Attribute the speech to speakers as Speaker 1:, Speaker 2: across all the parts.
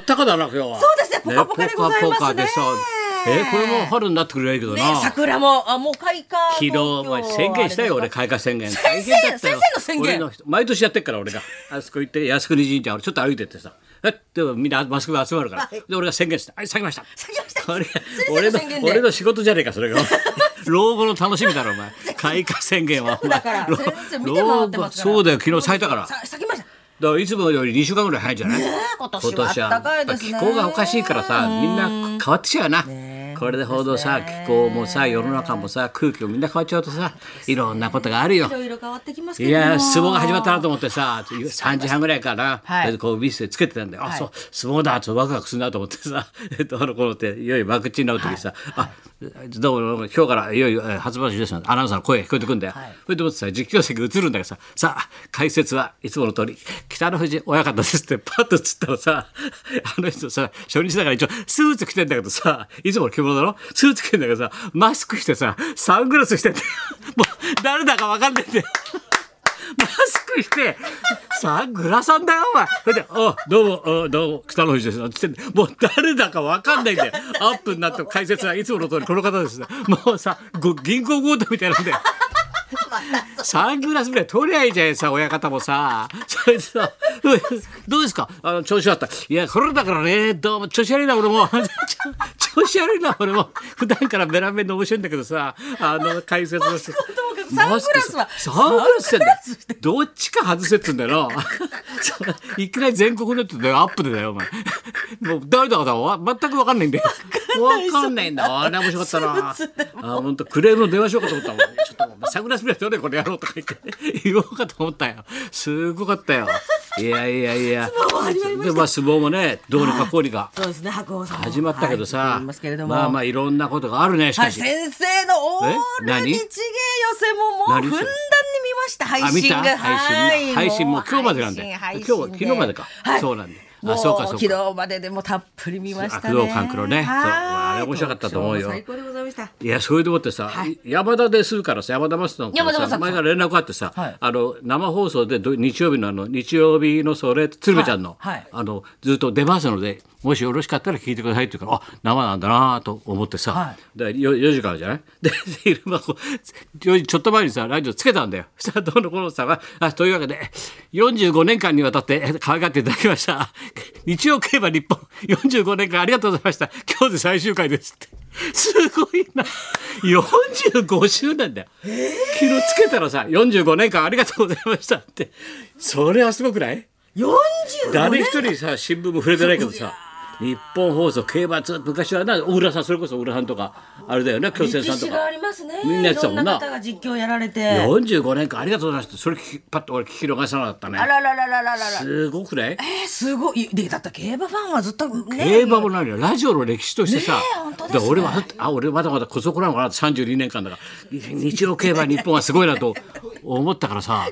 Speaker 1: ったかだな今日は
Speaker 2: そうですねポカポカでございますね
Speaker 1: ポカポカでさえこれも春になってくれないけど
Speaker 2: ね
Speaker 1: な、
Speaker 2: 桜もあもう開花
Speaker 1: 昨日お前宣言したよ俺開花宣言
Speaker 2: 先生
Speaker 1: 大変だったよ
Speaker 2: 先生の宣言
Speaker 1: 俺の毎年やってっから俺があそこ行って 靖国神社俺ちょっと歩いてってさえっでもみんなマスクが集まるから、
Speaker 2: はい
Speaker 1: で俺が宣言した「はい下げました」
Speaker 2: 下げました
Speaker 1: これ
Speaker 2: 先生の
Speaker 1: 俺の
Speaker 2: 宣言で
Speaker 1: 俺の仕事じゃねえかそれが 老後の楽しみだろお前開花宣言はお前
Speaker 2: だ から
Speaker 1: 老
Speaker 2: 先生見て回ってますから
Speaker 1: そうだよ昨日咲いたから
Speaker 2: さ咲きました
Speaker 1: だからいつもより2週間ぐらい早いんじゃない、
Speaker 2: 今年は暖かいですね
Speaker 1: 今年はやっぱ気候がおかしいからさみんな変わってきちゃうよな、
Speaker 2: ねえ
Speaker 1: これで報道さ、
Speaker 2: 本当ですね
Speaker 1: 気候もさ世の中もさ空気もみんな変わっちゃうとさいろんなことがあるよ
Speaker 2: い。ろいろ変わってきますけ
Speaker 1: い
Speaker 2: ども
Speaker 1: やー相撲が始まったなと思ってさ3時半ぐらいかな、
Speaker 2: はい
Speaker 1: でこうウィスでつけてたんで、
Speaker 2: は
Speaker 1: あ
Speaker 2: い
Speaker 1: そう相撲だとワクワクするなと思ってさ どうのこうのっていよいよワクチンになる時にさ、あどうもどうも今日からいよいよえー初場所ですアナウンサーの声が聞こえてくるんだよ、
Speaker 2: はい
Speaker 1: それでもってさ実況席映るんだけどささあ解説はいつもの通り北の富士親方ですってパッと映ったらさあの人さ初日だから一応スーツ着てんだけどさいつもの着物だろスーツ着てんだけどさマスクしてさサングラスしてんだ よもう誰だか分かんないんだよ。マスクして、さあ、グラさんだよ、お前。それで、あ、どうも、あどうも、北の富士です。つって、もう誰だかわかんないんだよ。アップになっても解説はいつもの通りこの方です。もうさ、ご銀行強盗みたいなんで。サングラスぐらい取りゃいいじゃんさ親方もさそれでさ「どうですかあの調子はあった」「いやこれだからねどうも調子悪いな俺も 調子悪いな俺も普段からベランベンで面白いんだけどさあの解説の人
Speaker 2: サングラスは
Speaker 1: サングラスしてんだよどっちか外せっつうんだよな そういきなり全国ネットでアップでだよお前もう誰だかだわ全く分かんないんだよ分かんないんだあれ面白かったなあ
Speaker 2: スーツで
Speaker 1: 本当クレームの電話しようかと思ったもんちょっとサングラスぐらい取れこれやろうとか言って言おうかと思ったよすごかったよいやいやいや
Speaker 2: 撲も始まりました
Speaker 1: でまあ相撲もねどうにかこうにか
Speaker 2: そうですね白鵬さんも
Speaker 1: 始まったけど
Speaker 2: はい
Speaker 1: さ、
Speaker 2: 思いますけれども
Speaker 1: まあまあいろんなことがあるねし
Speaker 2: は
Speaker 1: か
Speaker 2: い、
Speaker 1: し、
Speaker 2: 先生のオー
Speaker 1: え
Speaker 2: ル日
Speaker 1: 何
Speaker 2: 芸寄せももうふ
Speaker 1: 何
Speaker 2: ん
Speaker 1: それ
Speaker 2: だんに見ました配
Speaker 1: あ見
Speaker 2: 信
Speaker 1: た
Speaker 2: が
Speaker 1: 配信配信もう今日までなんだよ
Speaker 2: 配信配信
Speaker 1: 今日は昨日までかそうなんだあ
Speaker 2: もう
Speaker 1: そうかそうか
Speaker 2: 昨日まででもたっぷり見ましたね
Speaker 1: あ工藤官九郎ねそう
Speaker 2: はい
Speaker 1: あれ面白かったと思うよ
Speaker 2: 最高でございました
Speaker 1: いやそれでもってさ、山田でするからさ山田マスの
Speaker 2: 山田正人さん
Speaker 1: 前から連絡あってさ、
Speaker 2: はい
Speaker 1: あの生放送でど日曜日のあの日曜日のそれ鶴瓶ちゃんの,、
Speaker 2: はいはい
Speaker 1: あのずっと出ますのでもしよろしかったら聞いてくださいって言うからあ生なんだなと思ってさ、
Speaker 2: は
Speaker 1: で 4, 4時からじゃない で昼間こう4時ちょっと前にさラジオつけたんだよさあどうのこうのさあというわけで45年間にわたってえ可愛がっていただきました 日曜競馬日本45年間ありがとうございました今日で最終回ですってすごいな45周年だよ、昨日つけたらさ45年間ありがとうございましたってそれはすごくない
Speaker 2: 45
Speaker 1: 誰
Speaker 2: 年
Speaker 1: 一人さ新聞も触れてないけどさ日本放送競馬ずっと昔はな小倉さんそれこそ小倉さんとかあれだよね巨泉さ
Speaker 2: 歴
Speaker 1: んと
Speaker 2: 史があ
Speaker 1: か
Speaker 2: りますね
Speaker 1: みんなやってたもんない
Speaker 2: ろんな方が実況やられて
Speaker 1: 45年間ありがとうございましたそれ聞きパッと俺聞き逃さなかったね
Speaker 2: あららららららら
Speaker 1: すごくない
Speaker 2: えー、すごいでだって競馬ファンはずっとね
Speaker 1: 競馬も何よラジオの歴史としてさ
Speaker 2: ねえ本当、です
Speaker 1: だ
Speaker 2: ね
Speaker 1: から俺はあ俺まだまだこそこなのかなって32年間だからい日曜競馬日本はすごいな と思ったからさ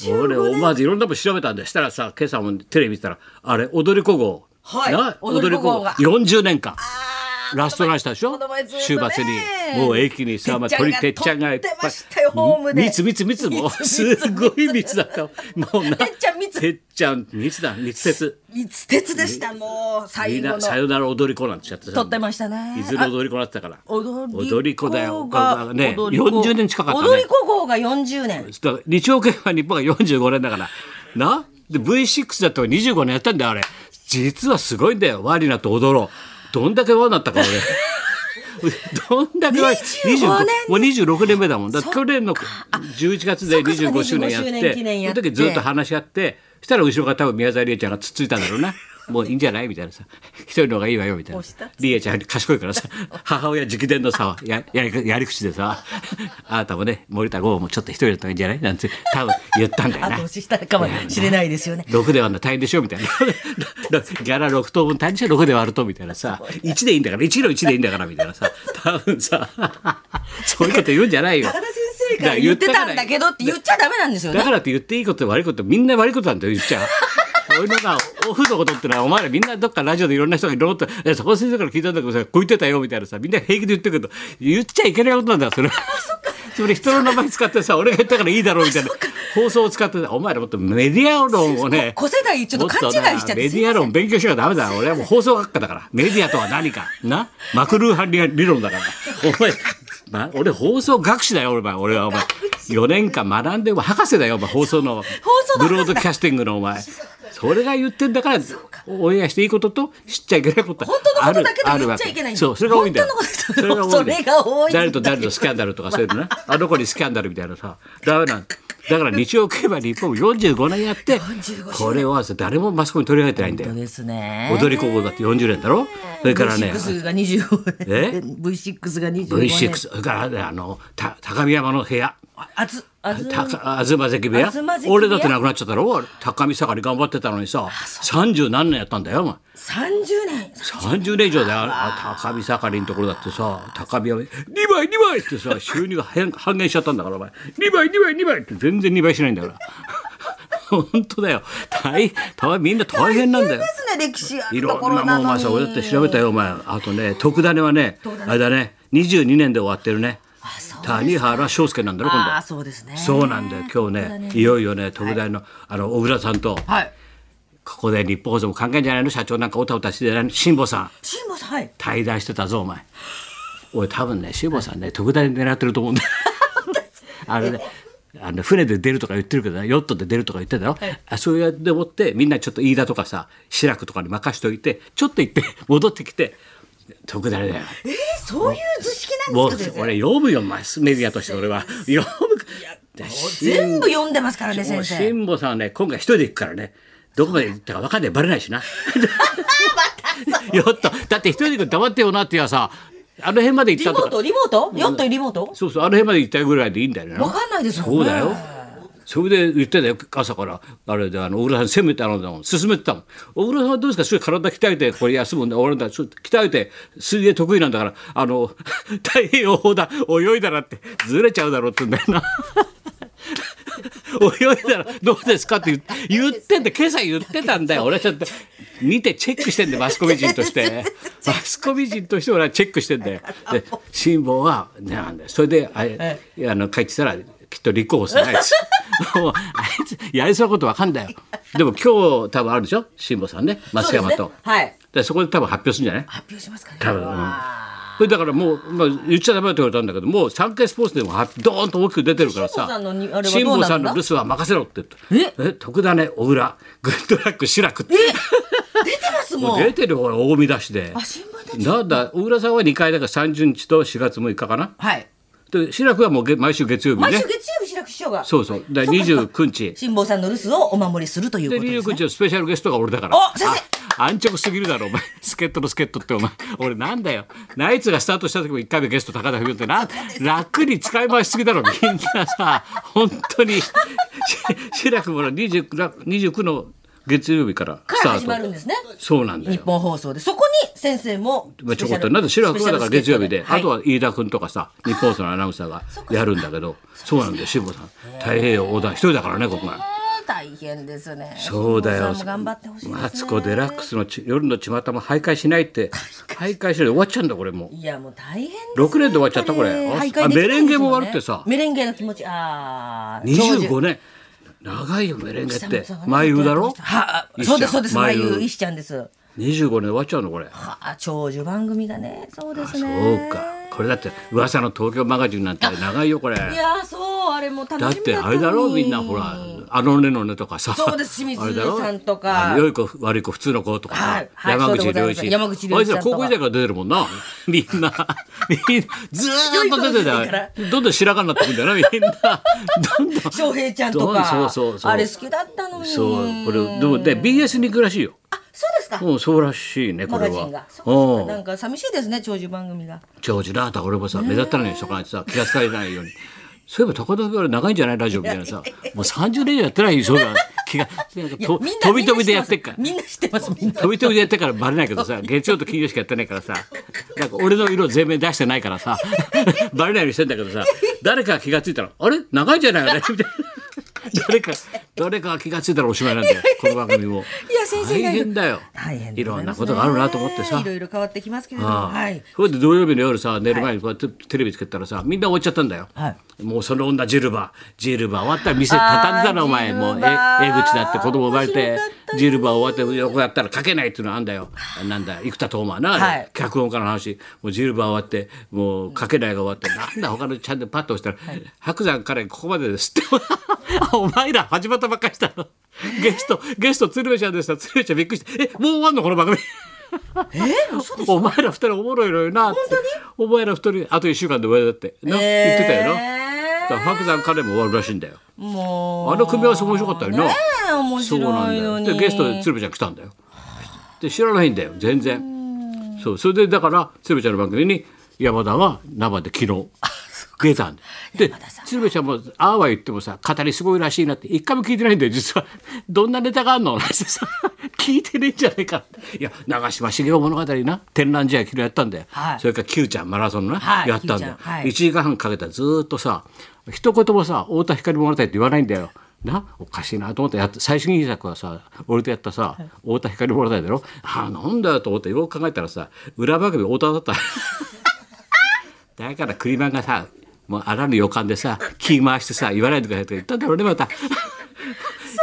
Speaker 2: 45
Speaker 1: 俺思わずいろんなもん調べたんでしたらさ今朝もテレビ見てたらあれ踊り子号、
Speaker 2: はい
Speaker 1: な
Speaker 2: 踊り子号が
Speaker 1: 40年間。
Speaker 2: あー
Speaker 1: ラストランしたでしょ
Speaker 2: この前ずっとね
Speaker 1: 週末にもう駅にさまあ鳥てっちゃんがいっ
Speaker 2: 撮って
Speaker 1: ぱ
Speaker 2: ま
Speaker 1: い
Speaker 2: したよホームで
Speaker 1: 密密密もう
Speaker 2: 密
Speaker 1: す
Speaker 2: 密
Speaker 1: ごい密だったもうな
Speaker 2: てっちゃん密
Speaker 1: てっちゃん密だ密接
Speaker 2: 密鉄でしたもう
Speaker 1: み
Speaker 2: 最
Speaker 1: ん
Speaker 2: 後の
Speaker 1: なさよなら踊り子なんてやって
Speaker 2: 撮ってましたね
Speaker 1: いずれ踊り子だったから
Speaker 2: 踊り
Speaker 1: 踊り子だよ
Speaker 2: が
Speaker 1: ね
Speaker 2: 踊り子
Speaker 1: 40年近かったね
Speaker 2: 踊り子号が40年
Speaker 1: だから日曜競馬日本が45年だからなで V6 だったら25年やったんだよあれ実はすごいんだよワニなと踊ろうどんだけ輪になったか俺 どんだけ輪
Speaker 2: 25年
Speaker 1: もう26年目だもんだから
Speaker 2: そ
Speaker 1: 去
Speaker 2: っか
Speaker 1: 年の11月で
Speaker 2: そっかそっか
Speaker 1: 25周年やっ
Speaker 2: 25
Speaker 1: て
Speaker 2: 周年やって
Speaker 1: その時ずっと話し合ってそしたら後ろから多分宮沢りえちゃんがつっついたんだろうなもういいんじゃないみたいなさ一人の方がいいわよみたいな
Speaker 2: 押した
Speaker 1: りえちゃん賢いからさ母親直伝のさややりやり口でさあなたもね森田剛もちょっと一人だったらいいんじゃないなんて多分言ったんだよな
Speaker 2: 後押ししたかもしれないですよね
Speaker 1: 6で割るの大変でしょみたいなだだギャラ6等分単純6で割るとみたいなさ1でいいんだから1の1でいいんだからみたいなさ多分さそういうこと言うんじゃないよ
Speaker 2: 高田先生から言ってたんだけどって言っちゃダメなんですよ
Speaker 1: だ
Speaker 2: ね
Speaker 1: からって言っていいことと悪いことってみんな悪いことなんだよ言っちゃう。俺のなオフのことってのはお前らみんなどっかラジオでいろんな人がいろんなことえそこの先生から聞いたんだけどさこう言ってたよみたいなさみんな平気で言ってるけど言っちゃいけないことなんだよそれは。つまり人の名前使ってさ、俺が言ったからいいだろうみたいな放送を使ってさ、お前らもっとメディア論をね、
Speaker 2: 子世代ちょっと勘違いしちゃって
Speaker 1: メディア論勉強しなきゃダメだ。俺はもう放送学科だから。メディアとは何 か。なマクルーハン理論だから。お前、ま、俺放送学士だよ、俺は。俺はお前。4年間学んで、お前博士だよ、お前放送の。
Speaker 2: 送の
Speaker 1: ブロードキャスティングのお前。それが言ってんだから、オンエアしていいことと、知っちゃいけないこと
Speaker 2: 本当のことだけど言っちゃいけないんだ
Speaker 1: そう、それが多いんだよ。
Speaker 2: 本当のことだけどそれが多いんだよ
Speaker 1: 誰と誰とスキャンダルとかそういうのな。あの子にスキャンダルみたいなさ。ダメなんだから日曜競馬日本も45年やって
Speaker 2: 45年、
Speaker 1: これを誰もマスコミに取り上げてないんだよ
Speaker 2: そう。ですね
Speaker 1: 踊り子号だって40年だろそれからね
Speaker 2: V6 が25
Speaker 1: え
Speaker 2: 年 V6 が25年
Speaker 1: V6 それからねあのた高見山の部屋
Speaker 2: あずあず
Speaker 1: たか東関部屋
Speaker 2: 東関部屋
Speaker 1: 俺だってなくなっちゃったろ高見盛り頑張ってたのにさ三十何年やったんだよお前
Speaker 2: 30年
Speaker 1: 30年以上でああ高見盛りのところだってさ高見は2倍2倍って さ収入が半半減しちゃったんだからお前2倍2倍2倍って全然2倍しないんだから 本当だよ大たわみんな大変なんだよ
Speaker 2: ですね歴史あ
Speaker 1: い
Speaker 2: る
Speaker 1: ろ
Speaker 2: とこ
Speaker 1: んな
Speaker 2: ろ
Speaker 1: も
Speaker 2: なん
Speaker 1: お
Speaker 2: の
Speaker 1: 前さ俺だって調べた
Speaker 2: よ
Speaker 1: よお前あとね特ダネはねあれだね22年で終わってるね
Speaker 2: そう
Speaker 1: 谷原章介なんだろ今度
Speaker 2: ああそうですね
Speaker 1: そうなんだよ今日ねいよいよね特大の、あの小倉さんと
Speaker 2: はい
Speaker 1: ここで日本放送も関係ないんじゃないの社長なんかおたおたしてないの辛坊さん
Speaker 2: 辛坊さんはい
Speaker 1: 対談してたぞお前俺多分ね辛坊さんね特大狙ってると思うんだ よあれねあの船で出るとか言ってるけどねヨットで出るとか言ってたろ、あそうやって思ってみんなちょっと飯田とかさ志らくとかに任しておいてちょっと行って 戻ってきて特大だよ
Speaker 2: えー、そういう図式な
Speaker 1: も
Speaker 2: ん
Speaker 1: う
Speaker 2: ですか先生
Speaker 1: 俺読むよマスメディアとして俺は読む
Speaker 2: 全部読んでますからね
Speaker 1: もう
Speaker 2: 先生
Speaker 1: 辛坊さんはね今回一人で行くからねどこまで行ったか分かんないバレないし な よっとだって一人で行くと黙ってよなってやさあの辺まで行っ
Speaker 2: リ
Speaker 1: た
Speaker 2: モ
Speaker 1: と
Speaker 2: ー
Speaker 1: か
Speaker 2: トリモートヨットリモート
Speaker 1: そうそうあの辺まで行ったぐらいでいいんだよね
Speaker 2: わかんないですよね
Speaker 1: そうだよそれで言ってたよ朝からあれであの小倉さん攻めてあのだもん進めてたもん小倉さんはどうですかすごい体鍛えてこれ休むんだ俺だちょっと鍛えて水泳得意なんだからあの 太平洋横断泳いだらってずれちゃうだろうって言うんだよな。 泳いだらどうですかって言って言ってんだ今朝言ってたんだよ俺はちょっと見てチェックしてんだよマスコミ人としてマスコミ人として俺はチェックしてんだよで辛抱はなんだよそれであれあの帰ってきたらきっと立候補す るあいつもうあいつやりそうなことわかんだよでも今日多分あるでしょ辛抱さんね松山
Speaker 2: そう
Speaker 1: と
Speaker 2: ですねはい
Speaker 1: でそこで多分発表するんじゃない
Speaker 2: 発表しますかね
Speaker 1: 多分うん
Speaker 2: わ
Speaker 1: それだからもう、まあ、言っちゃダメだって言われたんだけどもう産経スポーツでもはドーンと大きく出てるからさ
Speaker 2: 辛坊さんのにあれはどう
Speaker 1: 辛坊さん
Speaker 2: な
Speaker 1: の留
Speaker 2: んだ
Speaker 1: 守は任せろって言ったえ徳田ね小倉グッドラック志らくって
Speaker 2: ー出てますも
Speaker 1: も
Speaker 2: ん
Speaker 1: う 出てるほら大見出しで
Speaker 2: あ新聞出て
Speaker 1: なんだ小倉さんは2回だから30日と4月6日かな
Speaker 2: はい
Speaker 1: で志らくはもうげ毎週月曜日
Speaker 2: 毎
Speaker 1: ね
Speaker 2: 週月曜日白く師匠が
Speaker 1: そうそうで
Speaker 2: そっかそっか
Speaker 1: 29日
Speaker 2: 辛坊さんの留守をお守りするというこ
Speaker 1: で
Speaker 2: とです、
Speaker 1: 29
Speaker 2: ね、
Speaker 1: 日のスペシャルゲストが俺だから
Speaker 2: お先生
Speaker 1: あ安直すぎるだろお前助っ人の助っ人ってお前俺なんだよナイツがスタートした時も1回目ゲスト高田文夫ってな楽に使い回しすぎだろみんなさ本当にし志らくもの 29, 29の月曜日からス
Speaker 2: か
Speaker 1: タ
Speaker 2: ら
Speaker 1: ート
Speaker 2: 始まるんですね
Speaker 1: そうなんだ
Speaker 2: 日
Speaker 1: よ
Speaker 2: 本放送でそこに先生も
Speaker 1: まあ、ちょこっとなんで白くはだから月曜日で、
Speaker 2: はい、
Speaker 1: あとは飯田君とかさ日本放送のアナウンサーがやるんだけどそうなんだよ辛坊さん太平洋横断一人だからねここが。
Speaker 2: えー大変ですね
Speaker 1: そうだよ
Speaker 2: 辛坊さんも頑張ってほしいですね
Speaker 1: マツコ・デラックスのち夜の巷も徘徊しないって徘徊しないで終わっちゃうんだこれもう
Speaker 2: いやもう大変ですね
Speaker 1: 六年で終わっちゃったこれ
Speaker 2: やぱり
Speaker 1: あ
Speaker 2: 徘徊できない
Speaker 1: メレンゲも悪くてさ
Speaker 2: メレンゲの気持ちああ
Speaker 1: 25年長いよメレンゲって眉優だろ
Speaker 2: はあそうですそうです
Speaker 1: 眉
Speaker 2: 眉
Speaker 1: 優
Speaker 2: 優石ちゃんですは
Speaker 1: 25年で終わっちゃうのこれ
Speaker 2: あ長寿番組がねそうで
Speaker 1: そ
Speaker 2: す
Speaker 1: う
Speaker 2: ね
Speaker 1: かこれだって噂の東京マガジンなんて長いよこれ
Speaker 2: いやそうあれも楽しみ
Speaker 1: だ
Speaker 2: だ
Speaker 1: っ
Speaker 2: った
Speaker 1: て
Speaker 2: のに
Speaker 1: あれだろみんなほらあのねのねとかさ
Speaker 2: そうです清水
Speaker 1: あれだろ
Speaker 2: さんとか
Speaker 1: あの良い子悪い子普通の子とかさ、
Speaker 2: はいはい
Speaker 1: 山口
Speaker 2: そうでご
Speaker 1: 良
Speaker 2: ざいます
Speaker 1: 一
Speaker 2: 山口良一さん
Speaker 1: あいつ
Speaker 2: とか
Speaker 1: ら高校時代から出てるもんな みんなみん なずーっと出て
Speaker 2: 良い子の時から
Speaker 1: たどんどん白髪になってくんだよなみん などんどん
Speaker 2: 翔平ちゃんとか
Speaker 1: そうそうそう
Speaker 2: あれ好きだったのに
Speaker 1: そうこれでもで BS に行くらしいよ
Speaker 2: あそうですか
Speaker 1: うんそうらしいねこ
Speaker 2: マ
Speaker 1: れ
Speaker 2: ガジンが
Speaker 1: は
Speaker 2: そうです
Speaker 1: ん
Speaker 2: かなんか寂しいですね長寿番組が
Speaker 1: 長寿なだから俺もさ目立たないようにしとかないとさ気が付かれないようにそういえば高田君は長いんじゃないラジオみたいなさもう30年以上やってないよそうだ気がなんか
Speaker 2: いや
Speaker 1: と
Speaker 2: みんな
Speaker 1: 飛び飛びでやってっから。
Speaker 2: みんな知ってますみんな知ってます
Speaker 1: 飛び飛びでやってっからバレないけど さ月曜と金曜しかやってないからさなんか俺の色全面出してないからさ バレないようにしてんだけどさ誰かが気がついたらあれ長いんじゃないよ ねみたいな誰か誰かが気がついたらおしまいなんだよこの番組も
Speaker 2: いや先生
Speaker 1: 大変だよ
Speaker 2: 大変で
Speaker 1: い
Speaker 2: ご
Speaker 1: ろ
Speaker 2: ざ
Speaker 1: ん
Speaker 2: ま
Speaker 1: な
Speaker 2: す
Speaker 1: ことがあるなと思ってさ
Speaker 2: いろいろ変わってきますけれども
Speaker 1: ああ
Speaker 2: はい
Speaker 1: それで土曜日の夜さ寝る前にこうやってテレビつけたらさみんな終わっちゃったんだよ、
Speaker 2: はい
Speaker 1: もうその女ジルバジルバ終わったら店畳んだらお前
Speaker 2: あー
Speaker 1: もうえ
Speaker 2: ジルバ
Speaker 1: 江口だって子供生まれ
Speaker 2: 面白
Speaker 1: て
Speaker 2: かったね
Speaker 1: ジルバ終わって横やったら書けないっていうのあんだよなんだ生田斗真な、
Speaker 2: はい
Speaker 1: 脚本家の話もうジルバ終わってもう書けないが終わってなんだ他のチャンネルパッと押したら、白山彼ここまでですってあ お前ら始まったばっかりしたのゲストゲスト鶴瓶ちゃんでした鶴瓶ちゃんびっくりしてえもう終わんのこの番組
Speaker 2: え嘘でしょ
Speaker 1: お前ら二人おもろいのよなってお前ら二人あと1週間で終わりだってな、言ってたよなだから白山彼も終わるらしいんだよ
Speaker 2: もう
Speaker 1: あの組み合わせ面白かったよな、
Speaker 2: ねえ面
Speaker 1: そうな
Speaker 2: 白
Speaker 1: ん
Speaker 2: い
Speaker 1: だ
Speaker 2: の
Speaker 1: よ
Speaker 2: に
Speaker 1: でゲストで鶴瓶ちゃん来たんだよで知らないんだよ全然そうそれでだから鶴瓶ちゃんの番組に山田が生で昨 日出たんだよで鶴瓶ちゃんもああは言ってもさ語りすごいらしいなって一回も聞いてないんだよ実は どんなネタがあんのなんてさ 聞いてねえんじゃないかっていや長嶋茂雄物語な天覧試合昨日やったんだよ、
Speaker 2: はい
Speaker 1: それから Q ちゃんマラソンのな、
Speaker 2: はい
Speaker 1: やったんだよ、
Speaker 2: Q ちゃんはい
Speaker 1: 1時間半かけたらずーっとさ一言もさ太田光物語って言わないんだよなおかしいなと思ってやっ最新作はさ俺とやったさ、太田光物語だろああなんだよと思ってよく考えたらさ裏番組太田だった だから栗マンがさもうあらぬ予感でさ気回してさ言わないでくださいって言ったんだろうねま た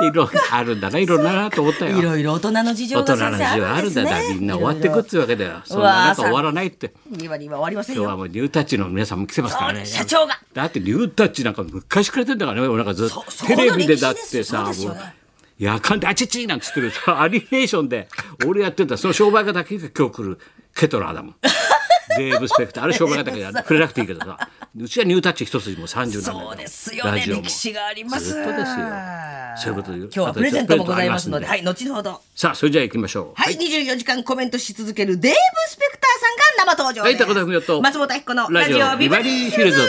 Speaker 1: いろいろあるんだないろんななと思ったよ
Speaker 2: いろいろ大人の事情
Speaker 1: 大人
Speaker 2: が
Speaker 1: の
Speaker 2: 先
Speaker 1: 事
Speaker 2: 生
Speaker 1: 情あ
Speaker 2: ある
Speaker 1: る
Speaker 2: ん
Speaker 1: ん
Speaker 2: で
Speaker 1: だだ
Speaker 2: すね
Speaker 1: からみんな終わってくっつうわけだよそんな中終わらないって。
Speaker 2: 今には終わりません
Speaker 1: 今日は
Speaker 2: よ
Speaker 1: もうニュータッチの皆さんも来てますからね。
Speaker 2: そう社長が
Speaker 1: だってニュータッチなんか昔くれてんだからね、俺なんかずっと
Speaker 2: そそ
Speaker 1: テ
Speaker 2: この
Speaker 1: レビでだって
Speaker 2: 歴史ですよそ
Speaker 1: さ
Speaker 2: うで、す
Speaker 1: も
Speaker 2: よ
Speaker 1: う
Speaker 2: ね。
Speaker 1: やかんであちちなんて言ってるさアニメーションで俺やってたその商売家だけが今日来るケトラーだ もんデーブ・スペクターあれ商売家だけじゃ触れなくていいけどさうちはニュータッチ一筋もう30年だから
Speaker 2: そうですよね
Speaker 1: ラジオも
Speaker 2: 歴史があります
Speaker 1: ずっとですよそういうことで
Speaker 2: 今日はプレゼントもございますので
Speaker 1: あと
Speaker 2: は
Speaker 1: ち
Speaker 2: い後ほど
Speaker 1: さあそれじゃあ行きましょう
Speaker 2: はい、24時間コメントし続けるデーブ・スペクターさんが生登場
Speaker 1: は
Speaker 2: で
Speaker 1: い
Speaker 2: す。
Speaker 1: 高田文夫と
Speaker 2: 松本彦のラジオビバリーヒルズ。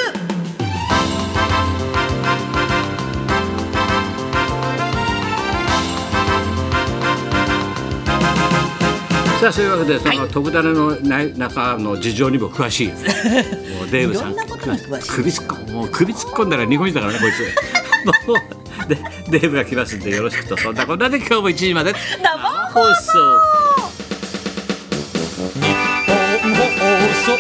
Speaker 1: さあそういうわけでその徳田のない中の事情にも詳 しいもうデーブさん
Speaker 2: いろんなことに詳しい
Speaker 1: 首突っ込むもう首突っ込んだら日本人だからねこいつ もうでデーブが来ますんでよろしくとそんなこんなで今日も1時まで
Speaker 2: 生
Speaker 1: 放送
Speaker 3: 本放送